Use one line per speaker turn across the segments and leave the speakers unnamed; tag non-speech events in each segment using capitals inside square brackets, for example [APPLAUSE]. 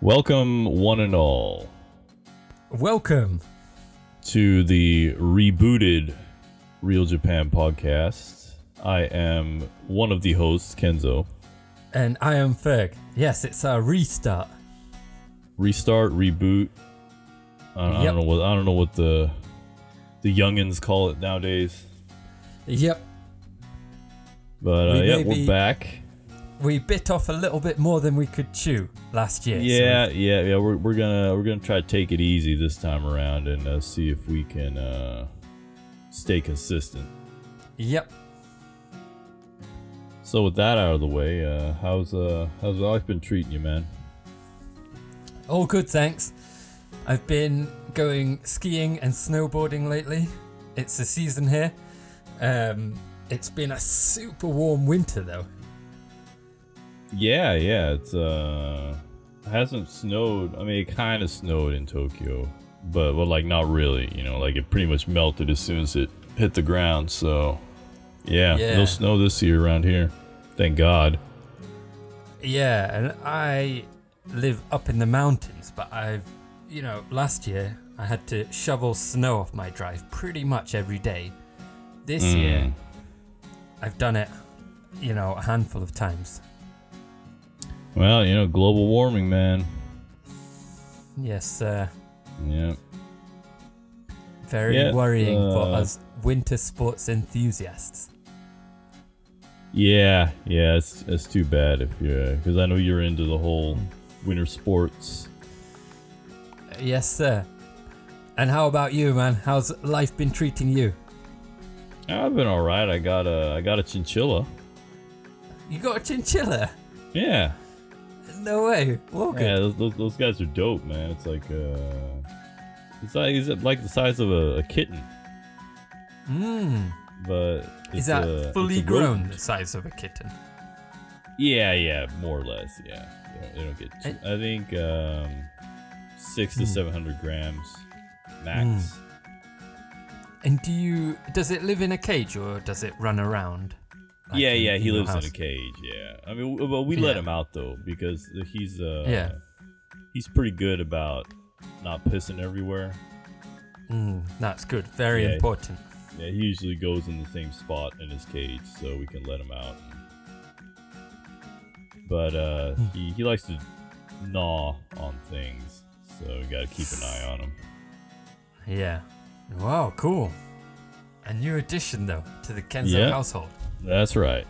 Welcome, one and all,
Welcome.
to the rebooted Real Japan podcast. I am one of the hosts, Kenzo.
And I am Ferg. Yes, it's a restart.
Restart, reboot. I don't, I
Yep.
don't know what I don't know what the the youngins call it nowadays.
Yep.
But uh,
We
yeah,
may
we're
be-
back.
We bit off a little bit more than we could chew last year. so-
Yeah, yeah, yeah. We're, we're gonna we're gonna try to take it easy this time around and uh, see if we can uh, stay consistent.
yep.
So with that out of the way, uh, how's uh how's life been treating you, man?
All good, thanks. I've been going skiing and snowboarding lately. It's the season here. Um, it's been a super warm winter though.
Yeah, yeah. It's uh hasn't snowed. I mean, it kind of snowed in Tokyo, but but like not really. You know, like it pretty much melted as soon as it hit the ground. So yeah,
Yeah.
no snow this year around here. Thank God.
Yeah, and I live up in the mountains, but I've, you know, last year I had to shovel snow off my drive pretty much every day. This
Hmm. Mm.
year, I've done it, you know, a handful of times.
Well, you know, global warming, man.
Yes, uh,
Yeah.
very
Yeah,
worrying for
uh,
us winter sports enthusiasts.
Yeah, yeah, it's, it's too bad if you're because I know you're into the whole winter sports.
Uh, Yes, sir. And how about you, man? How's life been treating you?
I've been all right. I got a I got a chinchilla.
You got a chinchilla?
Yeah,
No way. Walker.
yeah, those, those, those guys are dope, man. It's like uh, it's like is it like the size of a, a kitten,
Mm.
but it's
Is that
a- it's
fully
a
grown,
rodent.
the size of a kitten?
Yeah, yeah, more or less. Yeah, they don't, they don't get. Too, I think um, six
Hmm.
to seven hundred grams max.
And do you does it live in a cage or does it run around? like,
yeah,
in-
yeah, he
your
lives in a
house?
cage. Yeah, I mean, w- well, we let
Yeah.
him out though because he's uh,
Yeah.
he's pretty good about not pissing everywhere.
Mm, that's good. Very
Yeah.
important.
Yeah, he usually goes in the same spot in his cage, so we can let him out. But uh, he he likes to gnaw on things, so we gotta keep an eye on him.
Yeah. Wow, cool. A new addition though to the Kenzo
Yeah.
household.
That's right.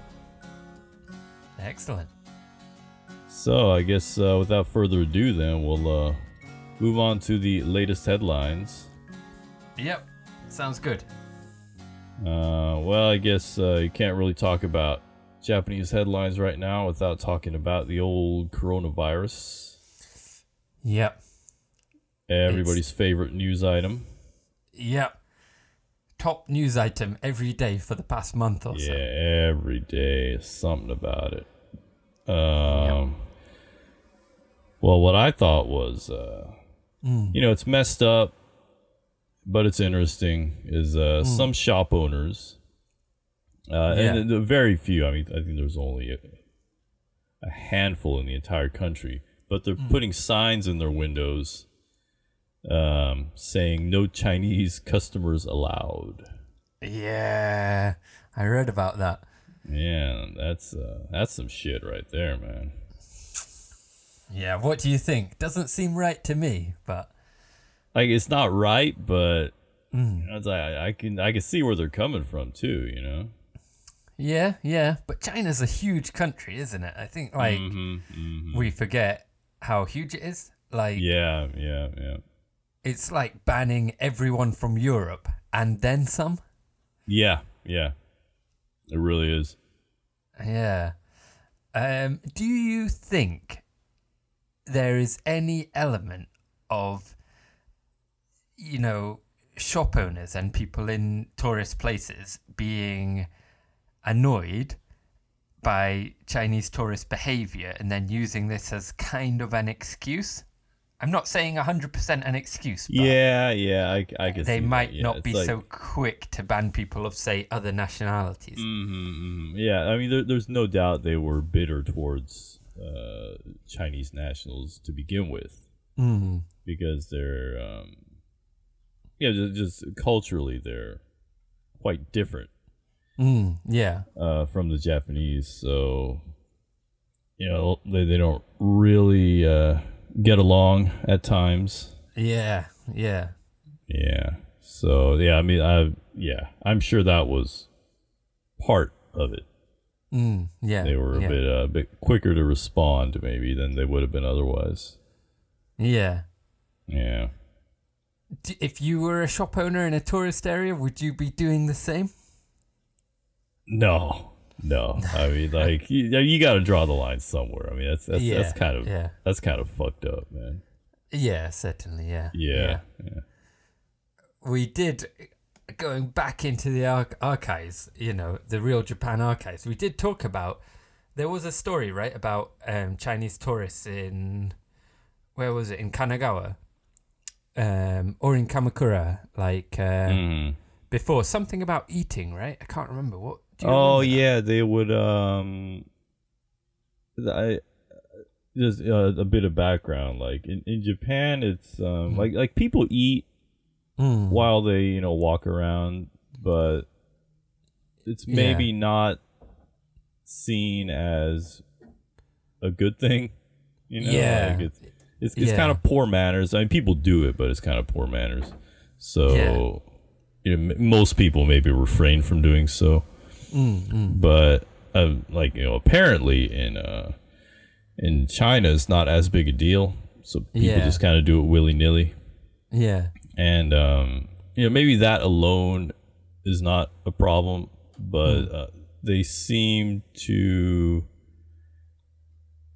Excellent.
So I guess uh, without further ado, then we'll uh, move on to the latest headlines.
Yep. Sounds good.
Uh, well, I guess uh, you can't really talk about Japanese headlines right now without talking about the old coronavirus.
Yep.
Everybody's favorite news item.
Yep. Top news item every day for the past month or so.
Yeah, every day is something about it. Um, Well, what I thought was, uh,
Mm.
you know, it's messed up, but it's interesting. Is uh, some shop owners, uh,
Mm. Yeah.
and the very few. I mean, I think there's only a, a handful in the entire country, but they're
Mm.
putting signs in their windows. Um, saying no Chinese customers allowed.
Yeah. I read about that.
Yeah, that's uh, that's some shit right there, man.
Yeah, what do you think? Doesn't seem right to me, but
Like it's not right, but you know, it's like, I, I can I can see where they're coming from too. You know.
Yeah, yeah, but China's a huge country, isn't it? I think like
Mm-hmm.
we forget how huge it is. Like
Yeah, yeah, yeah,
it's like banning everyone from Europe and then some.
yeah, yeah. It really is.
Yeah. Um do you think there is any element of you know shop owners and people in tourist places being annoyed by Chinese tourist behavior and then using this as kind of an excuse. I'm not saying 100% an excuse, but
Uh, yeah, yeah. I, I can.
they
see that,
might
yeah.
not
It's
be
like-
so quick to ban people of, say,
Mm.
other nationalities.
Mm-hmm, Mhm, mhm. Yeah, I mean, there, there's no doubt they were bitter towards uh, Chinese nationals to begin with
Mm.
because they're, um, yeah, ju- just, culturally they're quite different
Mm. Yeah.
uh, from the Japanese. So, you know, they, they don't really uh, get along at times.
Yeah. Yeah.
Yeah. So, yeah, I mean, I, yeah, I'm sure that was part of it.
Mm. Yeah.
They were a
yeah.
bit, uh, a bit quicker to respond maybe than they would have been otherwise.
Yeah.
Yeah.
D- if you were a shop owner in a tourist area, would you be doing the same?
No, no. I mean, like you, you got to draw the line somewhere. I mean, that's that's,
Yeah,
that's kind of
yeah.
that's kind of fucked up, man.
Yeah, certainly. Yeah.
Yeah, yeah.
we did going back into the ar- archives you know the real japan archives we did talk about there was a story right about um, chinese tourists in where was it in kanagawa um, or in kamakura like uh,
Mhm.
before something about eating right i can't remember what do you
Oh
remember that?
yeah, they would. Um, I just uh, a bit of background. Like in, in Japan, it's um
Mm-hmm.
like like people eat
Mm.
while they you know walk around, but it's
Yeah.
maybe not seen as a good thing. You know,
Yeah.
like it's it's, it's
Yeah.
kind of poor manners. I mean, people do it, but it's kind of poor manners. So, you know, m- most people maybe refrain from doing so.
Hmm,
But uh, like you know, apparently in uh, in China, it's not as big a deal. So people
Yeah.
just kind of do it willy nilly
yeah
and um, you know maybe that alone is not a problem, but
Hmm.
uh, they seem to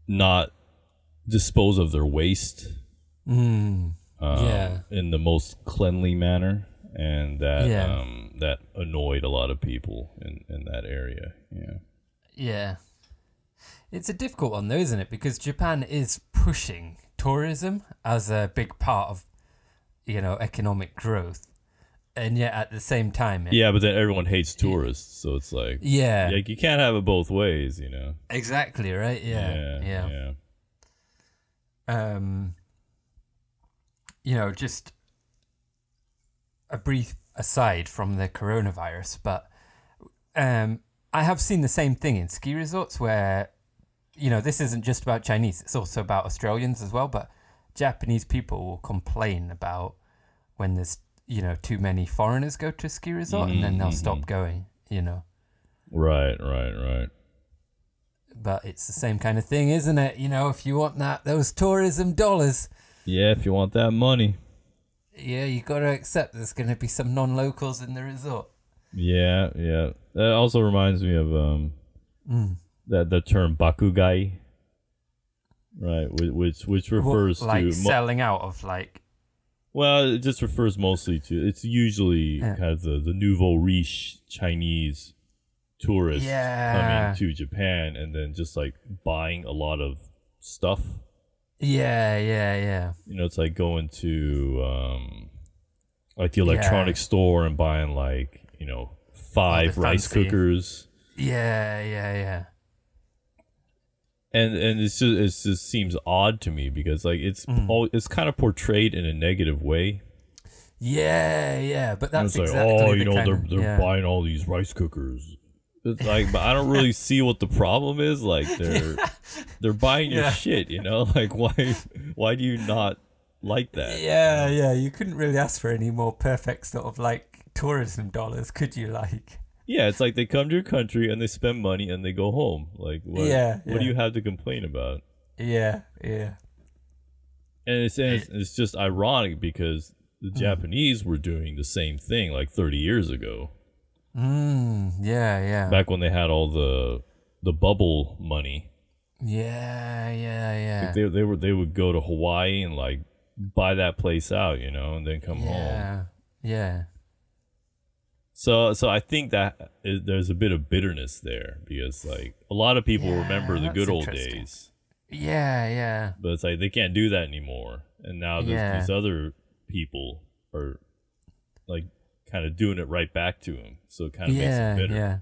not dispose of their waste
mm.
um,
Yeah.
in the most cleanly manner, and that
Yeah.
um, that annoyed a lot of people in, in that area. Yeah,
yeah it's a difficult one though isn't it because japan is pushing tourism as a big part of you know economic growth and yet at the same time it-
yeah, but then everyone hates tourists, so it's like
yeah,
like you can't have it both ways, you know.
exactly right yeah yeah,
yeah.
um you know just a brief aside from the coronavirus but um i have seen the same thing in ski resorts where you know this isn't just about chinese it's also about australians as well but japanese people will complain about when there's you know too many foreigners go to a ski resort and then they'll stop going you know
Right, right, right.
but it's the same kind of thing isn't it you know if you want that those tourism dollars
Yeah, if you want that money.
Yeah, you got to accept there's going to be some non-locals in the resort.
Yeah, yeah. That also reminds me of um
Hmm.
that the term bakugai, right? whi- Which which refers
What, like
to mo-
selling out of like
well, it just refers mostly to it's usually
Yeah.
kind of the the nouveau riche Chinese tourists
Yeah.
coming to Japan and then just like buying a lot of stuff.
yeah, yeah, yeah,
You know, it's like going to um like the electronics store and buying like you know five rice
fancy-
cookers.
yeah, yeah, yeah.
and and it's just it just seems odd to me because like it's
Mm.
all it's kind of portrayed in a negative way.
Yeah, yeah, but
And
that's
it's like
exactly
oh,
the
you know,
kind
they're
of-
they're
yeah.
buying all these rice cookers. It's like, but I don't really see what the problem is. Like
[LAUGHS]
they're they're buying your
Yeah.
shit, you know. [LAUGHS] Like why why do you not like that?
Yeah, yeah, you couldn't really ask for any more perfect sort of like tourism dollars, could you? Like,
Yeah, it's like they come to your country and they spend money and they go home. Like what?
Yeah,
What do
yeah.
you have to complain about?
yeah, yeah,
And it's, and it's it's just ironic because the
Mm.
Japanese were doing the same thing like 30 years ago.
mm, yeah, yeah,
back when they had all the the bubble money
yeah, yeah, yeah,
they, they were they would go to hawaii and like buy that place out you know and then come home
yeah, yeah,
so so i think that is, there's a bit of bitterness there because like a lot of people
Yeah,
remember the good
that's
old
interesting.
days
yeah, yeah.
but it's like they can't do that anymore and now there's
Yeah.
these other people are like kind of doing it right back to them so it kind of makes
yeah,
it bitter
yeah,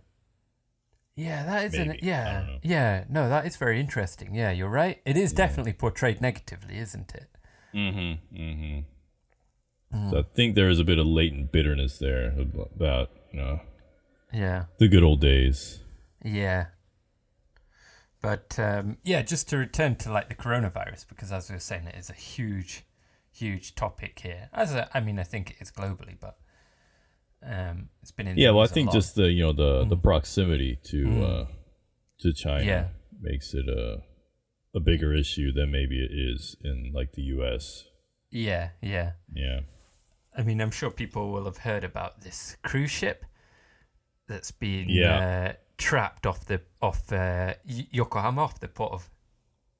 Yeah, that is an
Maybe. I
yeah.
don't know.
Yeah, no, that is very interesting. Yeah, you're right. It is definitely portrayed negatively, isn't it?
Mm-hmm. Mm-hmm. So I think there is a bit of latent bitterness there ab- about you know
Yeah.
the good old days.
Yeah. But um, yeah, just to return to like the coronavirus, because as we were saying, it is a huge, huge topic here. As a, I mean, I think it is globally, but um, it's been in. the
Yeah, well, I
news a
think
lot.
just the you know the the proximity to uh, to China
Mm. Yeah.
makes it a a bigger issue than maybe it is in like the U.S.
yeah, yeah.
Yeah.
I mean, I'm sure people will have heard about this cruise ship that's been
Yeah.
uh, trapped off the off uh, Y- Yokohama, off the port of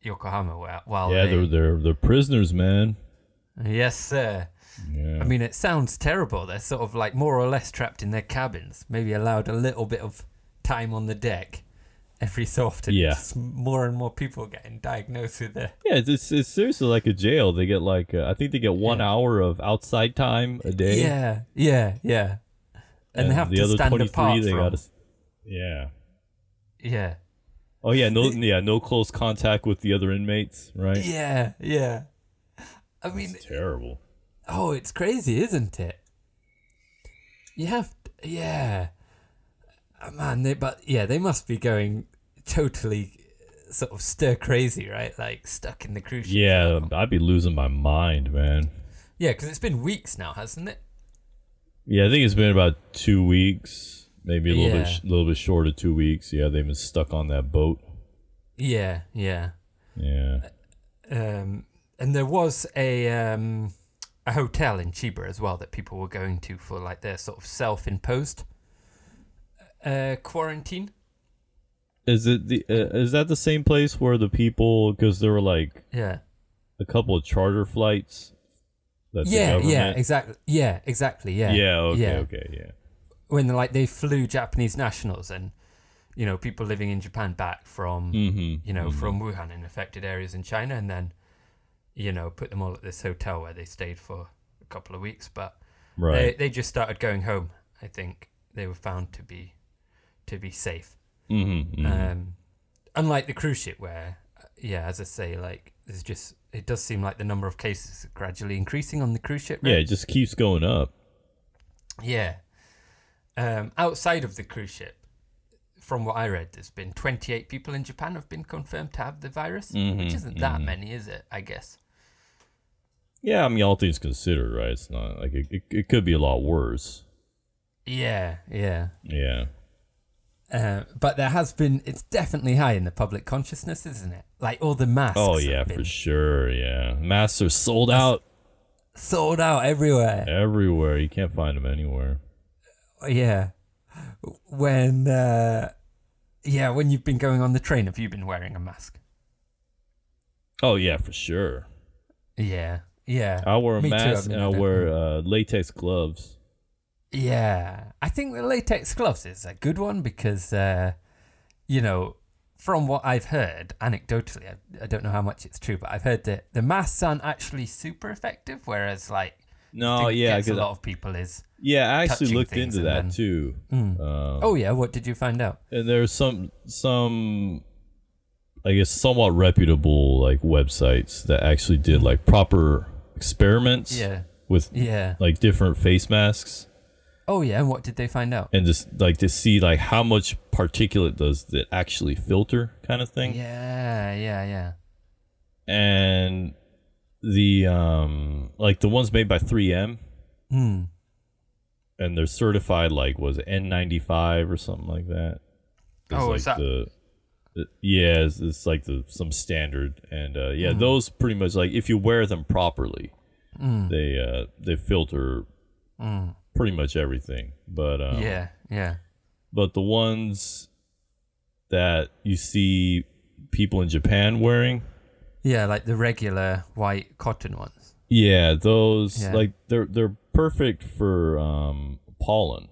Yokohama, where while
Yeah,
they-
they're they're they're prisoners, man.
yes, sir.
Yeah.
I mean, it sounds terrible. They're sort of like more or less trapped in their cabins, maybe allowed a little bit of time on the deck every so often.
Yeah.
Just more and more people getting diagnosed with the.
yeah, it's, it's it's seriously like a jail. They get like uh, I think they get one hour of outside time a day.
Yeah, yeah, yeah. And, they have
Eh? the
to
other
stand
23,
apart
they
from.
gotta s- yeah.
Yeah,
Oh yeah, no yeah, no close contact with the other inmates, right?
yeah, yeah. I mean,
It's terrible.
oh, it's crazy, isn't it? You have, to, yeah. Oh, man, they but yeah, they must be going totally uh, sort of stir crazy, right? Like stuck in the cruise. ship.
Yeah, I'd be losing my mind, man.
Yeah, because it's been weeks now, hasn't it?
Yeah, I think it's been about two weeks, maybe a little bit,
Yeah.
sh- little bit short of two weeks. Yeah, they've been stuck on that boat.
Yeah, yeah.
Yeah,
Um, and there was a um, a hotel in Chiba as well that people were going to for like their sort of self-imposed uh, quarantine.
is it the uh, is that the same place where the people because there were like
Yeah.
a couple of charter flights? That the
Yeah, yeah,
government-
exactly. Yeah, exactly. Yeah.
yeah, okay,
yeah.
okay, yeah,
When like they flew Japanese nationals and you know people living in Japan back from
mm-hmm.
you know from Wuhan and affected areas in China, and then you know put them all at this hotel where they stayed for a couple of weeks, but.
right,
They, they just started going home. I think they were found to be to be safe.
mm-hmm.
Um, unlike the cruise ship, where uh, yeah, as I say, like there's just it does seem like the number of cases are gradually increasing on the cruise ship.
yeah, it just keeps going up.
yeah. Um, outside of the cruise ship, from what I read, there's been 28 people in Japan have been confirmed to have the virus,
Mm-hmm,
which isn't that many, is it? I guess.
Yeah, I mean, all things considered, right? It's not like it, it, it could be a lot worse.
Yeah, yeah.
Yeah.
Uh, but there has been it's definitely high in the public consciousness isn't it like all the masks
Oh
have
yeah,
been
for sure. Yeah, masks are sold out
sold out everywhere
everywhere. You can't find them anywhere.
yeah when uh yeah when you've been going on the train have you been wearing a mask
Oh yeah, for sure.
yeah yeah
I wear a
Me too, I
mask
mean,
and
I
I
don't-
wear uh, latex gloves.
yeah i think the latex gloves is a good one because uh you know from what i've heard anecdotally I, I don't know how much it's true but i've heard that the masks aren't actually super effective whereas like I
No,
think
Oh, yeah,
gets a
'cause I-
lot of people is
yeah. I actually
touching
looked
things
into
and
that
then-
too. Uh,
Oh yeah, what did you find out?
and there's some some, I guess, somewhat reputable like websites that actually did like proper experiments.
Yeah.
With
Yeah.
like different face masks.
Oh yeah, and what did they find out?
and just like to see like how much particulate does that actually filter kind of thing
Yeah, yeah, yeah.
and the um like the ones made by 3m
Hmm.
and they're certified like was it n95 or something like that It's
Oh,
like
is that-
the, the- yeah it's, it's like the some standard and uh yeah those pretty much like if you wear them properly they uh they filter pretty much everything but um
yeah, yeah.
but the ones that you see people in Japan wearing,
Yeah, like the regular white cotton ones.
yeah, those
Yeah.
like they're they're perfect for um, pollen,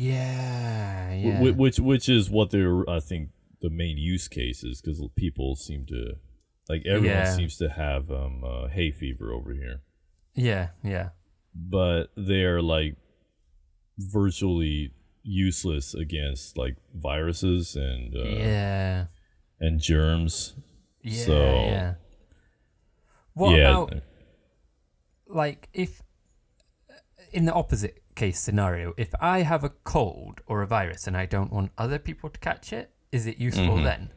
Yeah,
wh-
yeah.
wh- which which is what they're I think the main use case is because people seem to like everyone
Yeah.
seems to have um, uh, hay fever over here,
yeah, yeah.
but they're like virtually useless against like viruses and uh,
yeah.
and germs.
Yeah.
So,
yeah. What
yeah, uh,
about like if in the opposite case scenario, if I have a cold or a virus and I don't want other people to catch it, is it useful
Mm-hmm.
then?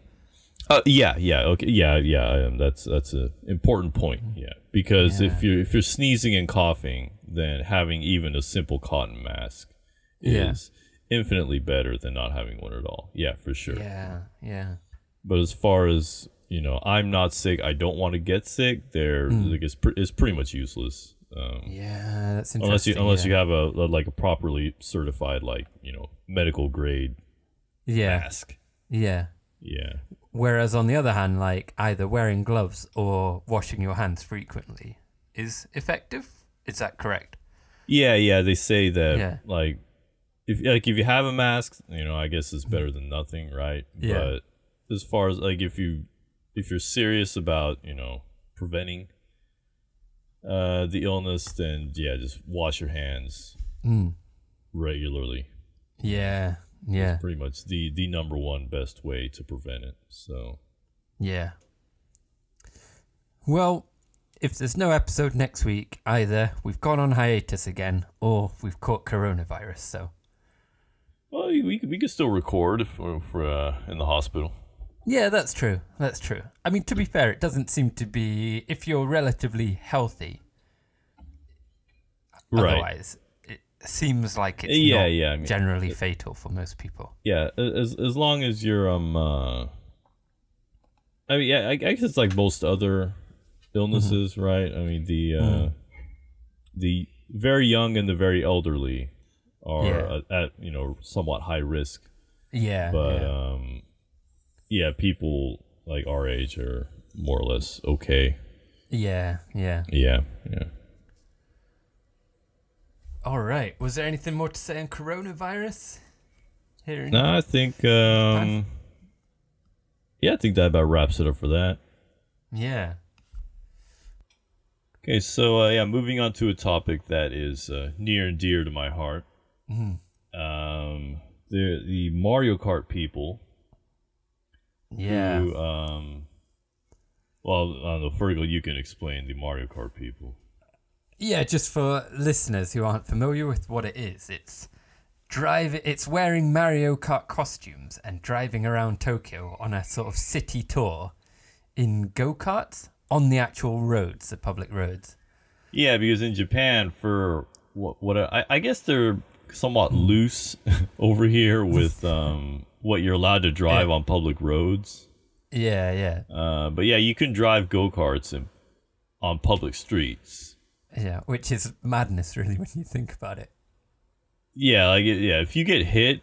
Uh, yeah, yeah, okay, yeah, yeah. Um, that's that's an important point. Yeah, because if you are if you're sneezing and coughing, then having even a simple cotton mask
Yeah.
is infinitely better than not having one at all. Yeah, for sure.
Yeah, yeah.
But as far as you know, I'm not sick. I don't want to get sick. There,
Mm.
like, it's, pre- it's pretty much useless. Um,
Yeah, that's interesting.
unless you unless
yeah.
you have a, a- like a properly certified like you know medical grade
Yeah,
mask.
yeah.
Yeah.
Whereas on the other hand, like either wearing gloves or washing your hands frequently is effective. Is that correct?
Yeah, yeah, they say that
Yeah.
like if like if you have a mask, you know, I guess it's better than nothing, right?
Mm-hmm. Yeah.
But as far as like if you if you're serious about, you know, preventing uh the illness, then yeah, just wash your hands
Mm.
regularly.
Yeah, yeah,
Pretty much the the number one best way to prevent it. So
yeah. Well, if there's no episode next week, either we've gone on hiatus again or we've caught coronavirus. So,
well, we we could still record if we're, if we're, uh, in the hospital.
yeah, that's true. That's true. I mean, to be fair, it doesn't seem to be, if you're relatively healthy,
Right.
otherwise, it seems like it's
Yeah,
not
yeah, I mean-
generally fatal for most people.
Yeah, a- as as long as you're um, uh, I mean, yeah, I, I guess it's like most other illnesses,
Mm-hmm.
right? I mean, the uh, the very young and the very elderly are
Yeah.
at, at you know somewhat high risk,
Yeah.
but
yeah.
um, yeah, people like our age are more or less okay.
yeah, yeah.
Yeah, yeah.
All right. Was there anything more to say on coronavirus? Here in-
No, I think um, yeah, I think that about wraps it up for that.
Yeah.
Okay, so uh, yeah, moving on to a topic that is uh, near and dear to my heart. Um, the the Mario Kart people
Yeah.
who, um, well, I don't know, Fergal, you can explain the Mario Kart people.
Yeah, just for listeners who aren't familiar with what it is, it's drive it's wearing Mario Kart costumes and driving around Tokyo on a sort of city tour in go-karts on the actual roads, the public roads.
Yeah, because in Japan, for what what I, I guess they're somewhat loose [LAUGHS] over here with um, what you're allowed to drive on public roads.
Yeah, yeah.
Uh, but yeah, you can drive go karts in on public streets.
Yeah, which is madness really [LAUGHS] when you think about it.
Yeah, like it- yeah, if you get hit,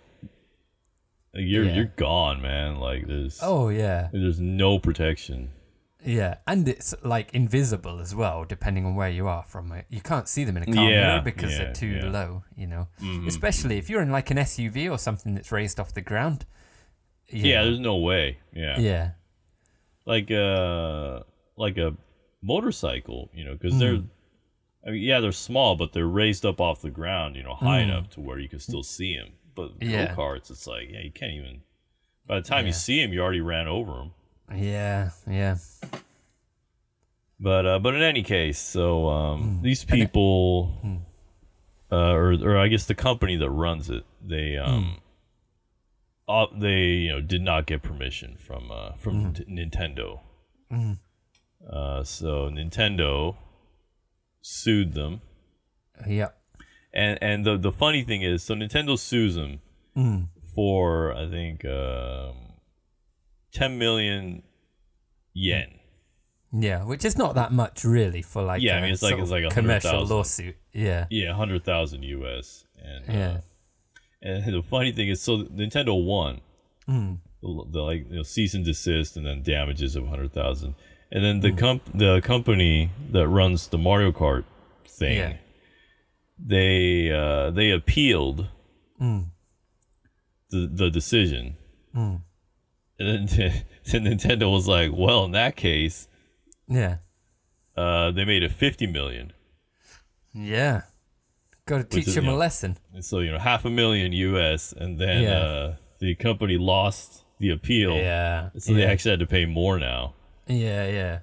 like, you're
Yeah.
you're gone, man. Like there's
Oh yeah.
there's no protection.
Yeah, and it's like invisible as well, depending on where you are from it. You can't see them in a car
Yeah,
mirror because
yeah,
they're too
yeah. Mm-hmm.
low, you know. Especially if you're in like an SUV or something that's raised off the ground.
Yeah, there's no way. Yeah,
yeah,
like uh like a motorcycle, you know, because they're.
Mm.
I mean, yeah, they're small, but they're raised up off the ground, you know, high enough to where you can still see them. But
Mm. Yeah.
go karts, it's like, yeah, you can't even. By the time you see them, you already ran over them.
yeah, yeah.
But uh, but in any case, so um, these people, uh, or or I guess the company that runs it, they um, op- they you know did not get permission from uh, from t- Nintendo. Uh, so Nintendo sued them,
Yep.
and and the the funny thing is, so Nintendo sues them for I think um, ten million yen.
Yeah, which is not that much really for like
Yeah,
a
I mean, it's like-
sort
it's
of
like a hundred
commercial
thousand.
lawsuit. Yeah.
Yeah, hundred thousand US. And, uh,
Yeah.
and the funny thing is, so Nintendo won.
Hmm.
The, the, like you know, cease and desist, and then damages of hundred thousand, and then
Hmm.
the comp the company that runs the Mario Kart thing,
Yeah.
they uh, they appealed
Hmm.
the the decision, and then, [LAUGHS] then Nintendo was like, well, in that case,
Yeah.
uh, they made it fifty million.
Yeah. Got to
Which
teach
is,
him
you
a
know,
lesson.
And so you know, half a million US, and then
Yeah.
uh, the company lost the appeal,
Yeah.
so they actually had to pay more now.
Yeah, yeah.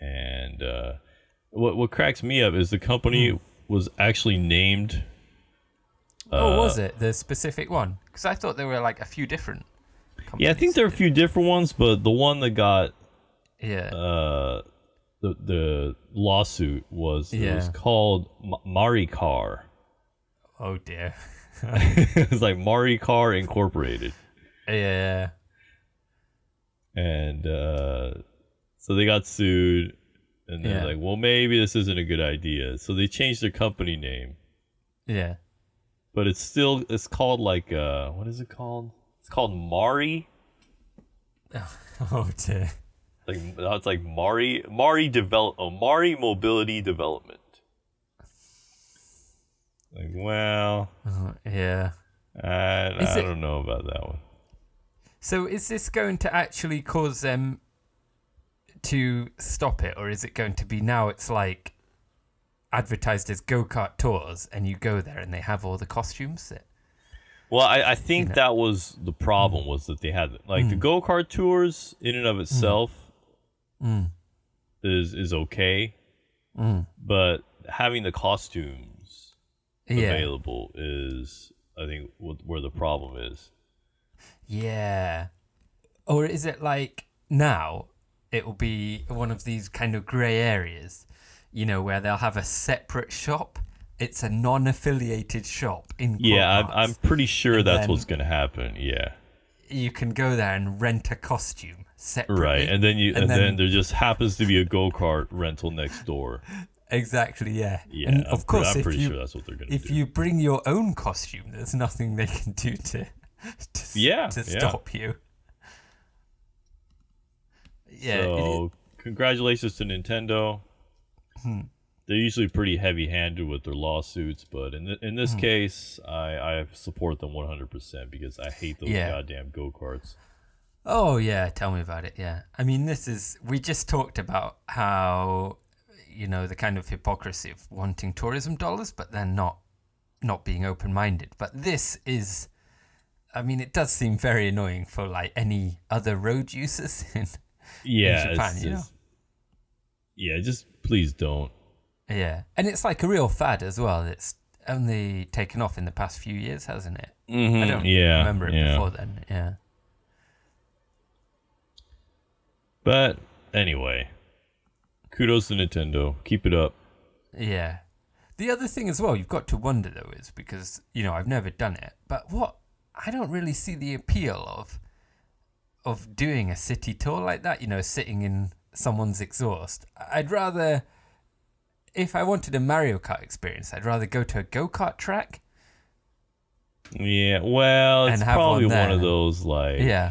And uh, what what cracks me up is the company was actually named. Uh,
oh, was it the specific one? Because I thought there were like a few different. Companies.
Yeah, I think there are a few different ones, but the one that got
Yeah.
uh, the the lawsuit was it was
Yeah.
called M- Maricar. [LAUGHS]
oh dear. [LAUGHS]
it's like Maricar Incorporated.
Yeah.
and uh, so they got sued and they're
Yeah.
like well maybe this isn't a good idea so they changed their company name
Yeah. [LAUGHS]
but it's still it's called like uh, what is it called it's called mari
Oh dear. [LAUGHS]
like now it's like mari mari develop oh, mari mobility development like well
Oh, yeah.
i,
Is
I
it-
don't know about that one
So is this going to actually cause them to stop it, or is it going to be now? It's like advertised as go kart tours, and you go there, and they have all the costumes. That,
Well, I, I think that was the problem was that they had like
Mm.
the go kart tours in and of itself
Mm.
is is okay, but having the costumes
yeah.
available is I think wh- where the problem is.
Yeah. Or is it like now it will be one of these kind of grey areas, you know, where they'll have a separate shop? It's a non affiliated shop in
Yeah, I'm,
Court
I'm
Marks.
pretty sure
And
that's
then-
what's gonna happen. Yeah,
You can go there and rent a costume separately.
right. And then you
And
and, then,
then-
there just happens to be a go kart rental next door.
Exactly, yeah.
Yeah,
and
I'm pre-
of course,
I'm
if,
pretty
you,
sure that's what they're gonna
if
do.
you bring your own costume, there's nothing they can do to, to, s-
Yeah,
to
yeah.
stop you. Yeah, it- Hmm.
so congratulations to Nintendo. They're usually pretty heavy-handed with their lawsuits, but in th- in
Hmm.
this case, I, I support them 100% because I hate those
Yeah.
goddamn go karts.
Oh yeah, tell me about it. Yeah, I mean, this is we just talked about how you know the kind of hypocrisy of wanting tourism dollars, but then not not being open minded. But this is, I mean, it does seem very annoying for like any other road users. [LAUGHS] In,
Yeah,
Japan,
it's
you
just- yeah, just please don't.
yeah, and it's like a real fad as well. It's only taken off in the past few years, hasn't it? I don't
Mm-hmm, yeah,
remember it
yeah.
before then. Yeah.
But anyway, kudos to Nintendo. Keep it up.
Yeah. The other thing as well, you've got to wonder though, is because, you know, I've never done it, but what I don't really see the appeal of of doing a city tour like that, you know, sitting in someone's exhaust. I'd rather if I wanted a Mario Kart experience, I'd rather go to a go-kart track.
Yeah, well,
And
it's
have one
probably one,
there.
of those like
Yeah.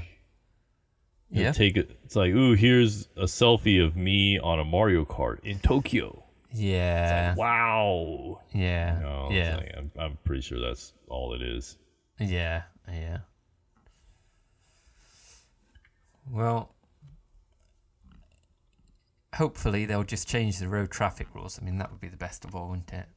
you
Yeah.
take it. It's like, ooh, here's a selfie of me on a Mario Kart in Tokyo.
Yeah.
Wow.
Yeah.
No, it's
yeah.
like- I'm, I'm pretty sure that's all it is.
Yeah, yeah. Well, hopefully they'll just change the road traffic rules. I mean, that would be the best of all, wouldn't it?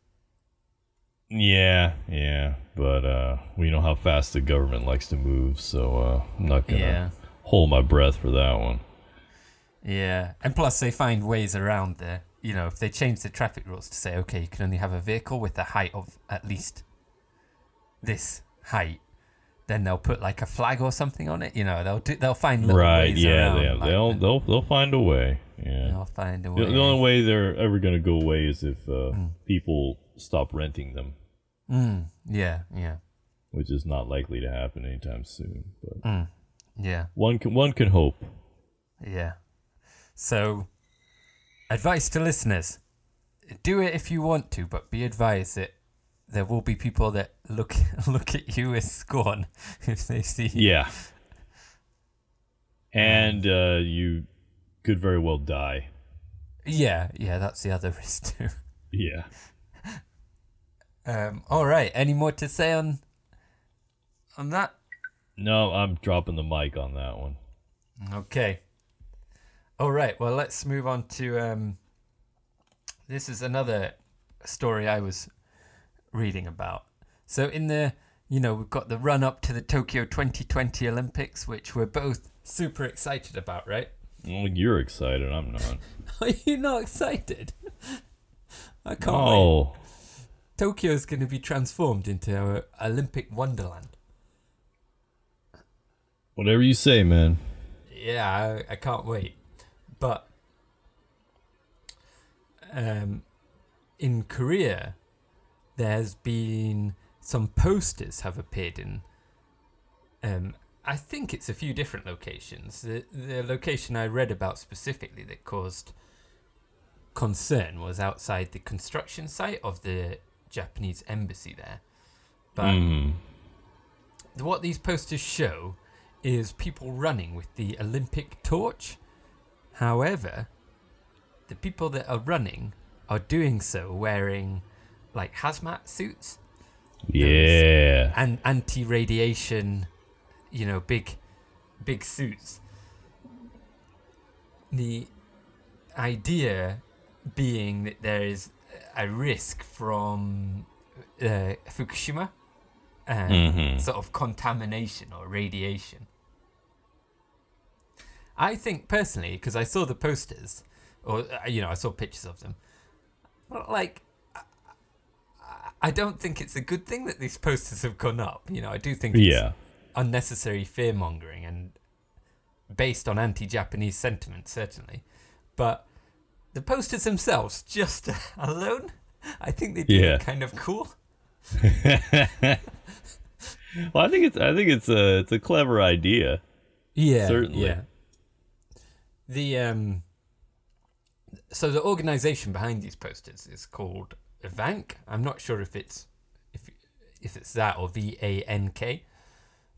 Yeah, yeah, but uh, we know how fast the government likes to move, so uh, I'm not gonna
Yeah.
hold my breath for that one.
Yeah. And plus, they find ways around the, you know, if they change the traffic rules to say, okay, you can only have a vehicle with a height of at least this height. Then they'll put like a flag or something on it, you know. They'll do, they'll find little
right?
ways
Yeah,
around,
they,
like,
they'll they'll they'll find a way. Yeah.
they'll find a
The,
way.
the only way they're ever gonna go away is if uh, people stop renting them,
Mm, yeah, yeah,
which is not likely to happen anytime soon. But
yeah.
one can one can hope.
Yeah. So, advice to listeners do it if you want to, but be advised that there will be people that look [LAUGHS] look at you with scorn [LAUGHS] if they see you.
Yeah. And uh, you could very well die.
Yeah, yeah, that's the other risk too. [LAUGHS]
Yeah.
Um, all right, any more to say on on that?
No, I'm dropping the mic on that one.
Okay. All right. Well, let's move on to um, this is another story I was reading about. So in the you know we've got the run up to the Tokyo 2020 Olympics, which we're both super excited about, right? [LAUGHS]
Well, you're excited. I'm not.
Are you not excited? [LAUGHS] I can't wait.
oh,
Tokyo's going to be transformed into an Olympic wonderland.
whatever you say, man.
Yeah, I, I can't wait. But um, in Korea, there's been some posters have appeared in. Um, I think it's a few different locations. The, the location I read about specifically that caused concern was outside the construction site of the Japanese embassy there. But
Mm.
what these posters show is people running with the Olympic torch. However, the people that are running are doing so wearing like hazmat suits [LAUGHS]
Yeah.
and anti-radiation, you know, big, big suits. The idea being that there is a risk from uh, Fukushima, uh,
Mhm.
sort of contamination or radiation. I think personally, because I saw the posters, or uh, you know, I saw pictures of them. But like, I- I don't think it's a good thing that these posters have gone up. You know, I do think it's
Yeah. [LAUGHS]
unnecessary fear mongering and based on anti Japanese sentiment, certainly. But the posters themselves, just [LAUGHS] alone, I think they do
Yeah.
look kind of cool.
Well, I think it's I think it's a it's a clever idea.
Yeah,
Certainly.
Yeah. The um, so the organisation behind these posters is called Vank. I'm not sure if it's if if it's that or V A N K.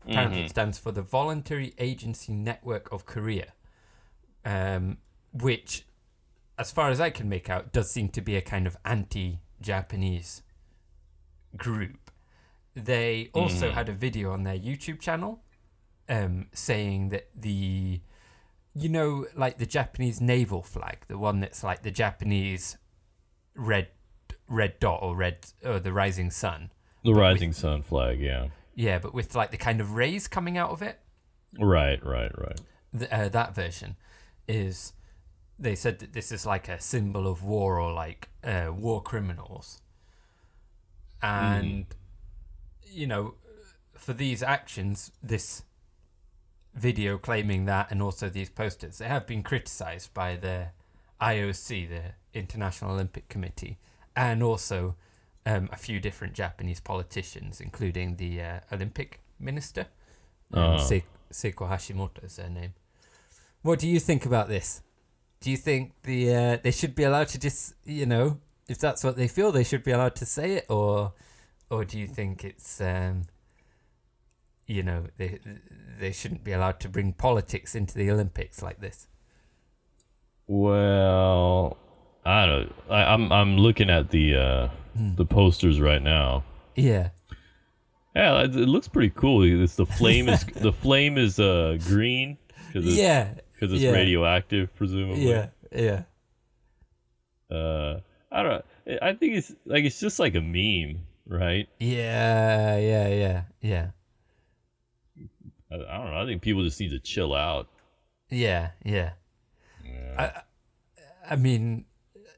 Apparently, it stands for the Voluntary Agency Network of Korea, um, which, as far as I can make out, does seem to be a kind of anti-Japanese group. They also had a video on their YouTube channel um, saying that the, you know, like the Japanese naval flag, the one that's like the Japanese red red dot or red or the rising sun.
The rising sun flag, yeah.
Yeah, but with like the kind of rays coming out of it,
Right, right, right.
th- uh, that version is. They said that this is like a symbol of war or like uh, war criminals. And, you know, for these actions, this video claiming that and also these posters, they have been criticized by the IOC, the International Olympic Committee, and also um, a few different Japanese politicians, including the uh, Olympic minister. Um,
Uh.
Se- Seiko Hashimoto is her name. What do you think about this? Do you think the uh, they should be allowed to just you know if that's what they feel they should be allowed to say it or or do you think it's um, you know they they shouldn't be allowed to bring politics into the Olympics like this?
Well, I don't. I, I'm I'm looking at the uh,
Hmm.
the posters right now.
Yeah,
Yeah, it, it looks pretty cool. It's the flame
[LAUGHS]
is the flame is uh green because it's,
yeah,
'cause it's
yeah.
radioactive, presumably.
yeah, yeah.
Uh, I don't. I think it's like it's just like a meme, right?
Yeah, yeah, yeah, yeah,
I, I don't know. I think people just need to chill out.
yeah, yeah.
Yeah.
I, I mean,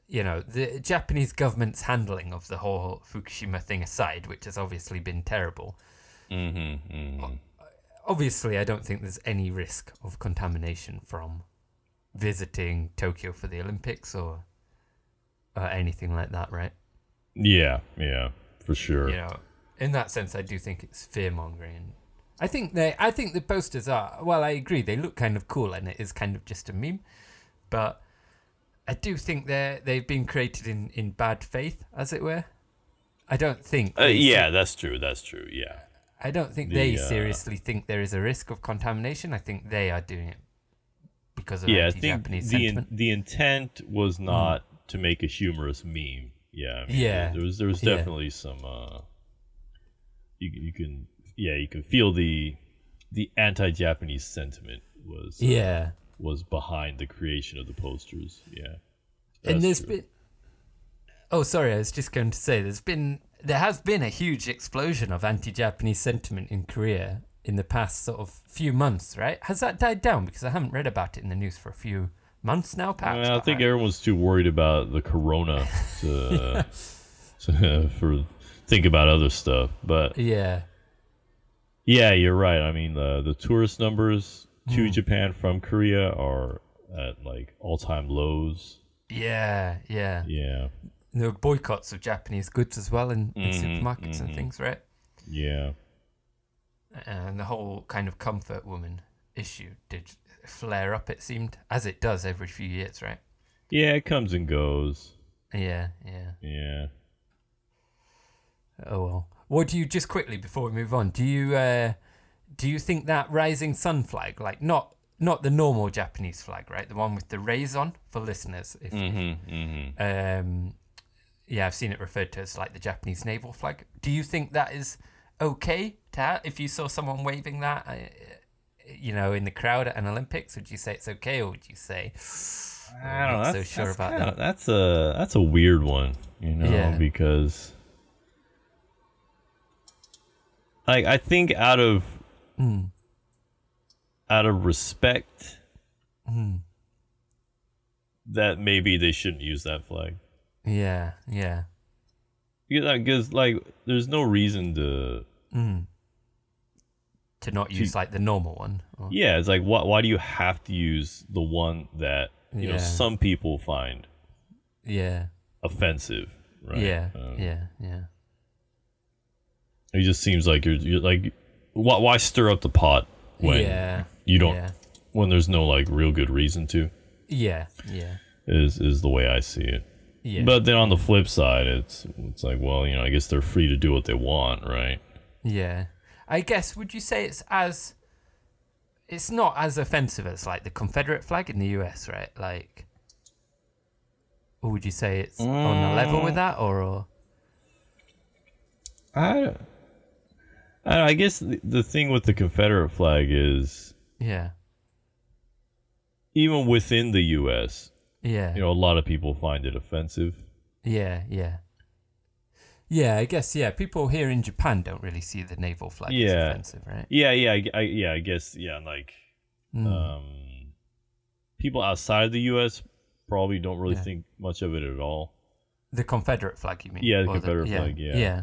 you know, the Japanese government's handling of the whole Fukushima thing aside, which has obviously been terrible.
mm-hmm, mm-hmm.
Obviously, I don't think there's any risk of contamination from visiting Tokyo for the Olympics or, or anything like that, right?
Yeah, yeah, for sure.
you know, in that sense, I do think it's fear mongering. I think they, I think the posters are. Well, I agree. They look kind of cool, and it is kind of just a meme. But I do think they are they've been created in in bad faith, as it were. I don't think.
Uh, yeah, that's true. That's true. Yeah.
I don't think
the,
they
uh,
seriously think there is a risk of contamination. I think they are doing it because of
yeah, I think
anti-Japanese
the in,
sentiment. Mm.
the intent was not to make a humorous meme. Yeah, I mean,
Yeah.
There was there was
Yeah.
definitely some. Uh, you you can yeah you can feel the the anti-Japanese sentiment was uh,
yeah.
was behind the creation of the posters. Yeah,
and
That's
there's
true.
been oh sorry i was just going to say there's been there has been a huge explosion of anti-Japanese sentiment in Korea in the past sort of few months, right? Has that died down? Because I haven't read about it in the news for a few months now.
I,
Perhaps
mean, I
but
think everyone's too worried about the corona
[LAUGHS]
to, [LAUGHS] to- for think about other stuff. But
yeah,
yeah, you're right. I mean, the the tourist numbers to Japan from Korea are at like all time lows.
yeah, yeah.
Yeah,
There were boycotts of Japanese goods as well in, in
Mhm,
supermarkets and
mhm.
things, right?
yeah,
and the whole kind of comfort woman issue did flare up. It seemed as it does every few years, right?
yeah. It comes and goes.
Yeah, yeah.
Yeah.
Oh well. What do you just quickly before we move on? Do you uh, do you think that rising sun flag, like not not the normal Japanese flag, right? The one with the raison for listeners. If,
Mm-hmm, mm-hmm.
um, yeah, I've seen it referred to as like the Japanese naval flag. Do you think that is okay to have? If you saw someone waving that, uh, you know, in the crowd at an Olympics, would you say it's okay, or would you say? [SIGHS]
I don't know.
not
That's,
so sure
that's
about
kinda-
that.
That's a that's a weird one, you know,
Yeah.
because like I think out of Hmm. out of respect Hmm. that maybe they shouldn't use that flag.
Yeah, yeah,
Because like, 'cause, like there's no reason to
to not use like the normal one. Or,
Yeah, it's like why why do you have to use the one that you
Yeah.
know some people find
yeah,
offensive, right?
yeah,
Um,
yeah, yeah,
It just seems like you're, you're like, why, why stir up the pot when
yeah.
you don't
Yeah,
when there's no like real good reason to
yeah, yeah.
is is the way I see it.
yeah.
But then on the flip side, it's it's like well, you know, I guess they're free to do what they want, right?
Yeah. I guess would you say it's as it's not as offensive as like the Confederate flag in the US, right? Like or would you say it's on a level
Mm.
with that or, or
I I, I guess the, the thing with the Confederate flag is
yeah.
even within the U.S.,
Yeah.
you know, a lot of people find it offensive.
Yeah, yeah. Yeah, I guess yeah, people here in Japan don't really see the naval flag as
Yeah.
offensive, right? Mm.
Yeah, yeah, I, I, yeah. I guess yeah, like um, people outside of the U.S. probably don't really
Yeah.
think much of it at all.
The Confederate flag, you mean?
Yeah, the
Or
Confederate flag, yeah.
Yeah.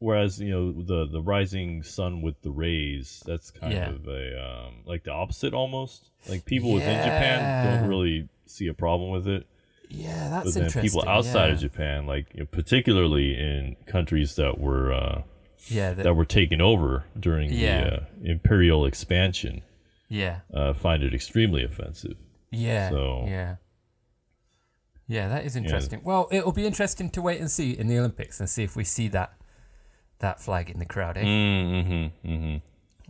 Whereas you know the the rising sun with the rays, that's kind
Yeah.
of a um, like the opposite almost. Like people within Japan
Yeah.
don't really see a problem with it,
Yeah, that's
but then
interesting.
people outside
yeah.
of Japan, like you know, particularly in countries that were uh,
Yeah, the-
that were taken over during the
Yeah.
uh, imperial expansion,
yeah.
uh, find it extremely offensive.
Yeah.
So-
yeah. Yeah, that is interesting. Well, it'll be interesting to wait and see in the Olympics and see if we see that that flag in the crowd. Eh?
Mm-hmm, mm-hmm.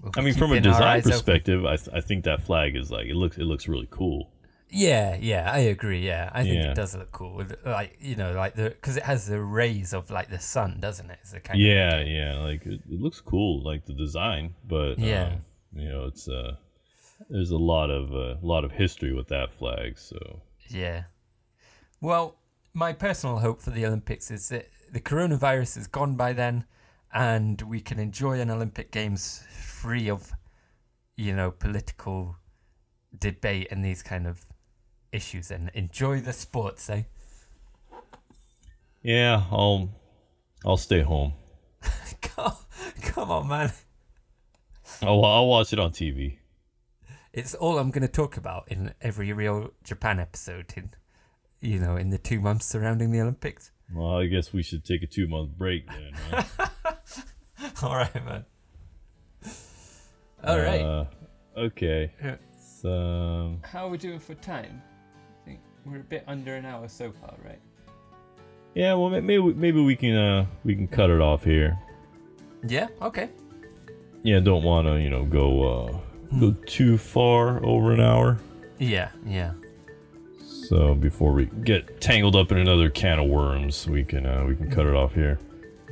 We'll
I
be
mean, from a
keeping our
design
eyes open.
perspective, I, th- I think that flag is like it looks it looks really cool.
Yeah, yeah, I agree. Yeah, I think
Yeah.
it does look cool. with, Like you know, like the because it has the rays of like the sun, doesn't it? It's the kind
Yeah, yeah, like it, it looks cool, like the design, but yeah,
Yeah.
you know, it's uh, there's a lot of uh, lot of history with that flag, so
Of, yeah. Well, my personal hope for the Olympics is that the coronavirus is gone by then, and we can enjoy an Olympic Games free of, you know, political debate and these kind of issues, and enjoy the sports. Eh? [LAUGHS]
yeah, I'll I'll stay home.
come, come on, man.
I'll, I'll watch it on TV.
it's all I'm going to talk about in every real Japan episode in you know in the two months surrounding the Olympics. [LAUGHS]
Well, I guess we should take a two month break then. Huh?
all right, man. [LAUGHS] All right.
Uh, okay.
Yeah.
So
How are we doing for time? I think we're a bit under an hour so far, right?
yeah, well, may- maybe we- maybe we can uh we can cut it off here.
Yeah. Okay.
yeah, don't want to you know go uh, go too far over an hour.
Yeah. Yeah.
So before we get tangled up in another can of worms, we can uh, we can cut it off here.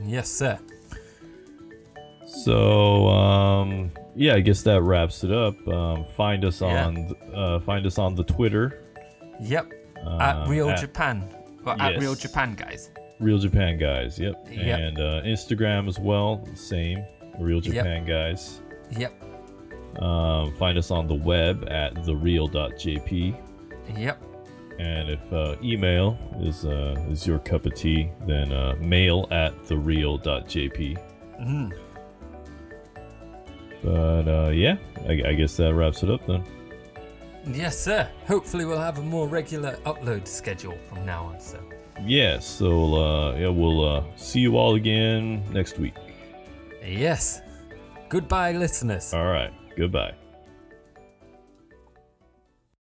Yes, sir.
So um, yeah, I guess that wraps it up. Um, find us
Yeah.
on uh, find us on the Twitter
Yep.
uh,
at Real Japan. Well, at Real
yes.
Japan, guys.
Real Japan guys. Yep.
Yep.
And uh, Instagram as well. Same. Real
Yep.
Japan guys.
Yep.
Um, find us on the web at thereal.jp.
Yep.
And if uh, email is uh, is your cup of tea, then uh, mail at thereal.jp.
Mm.
But uh, yeah, I, I guess that wraps it up then.
Yes, sir. Hopefully, we'll have a more regular upload schedule from now on. So,
Yeah, so uh, yeah, we'll uh, see you all again next week.
yes. Goodbye, listeners.
All right, goodbye.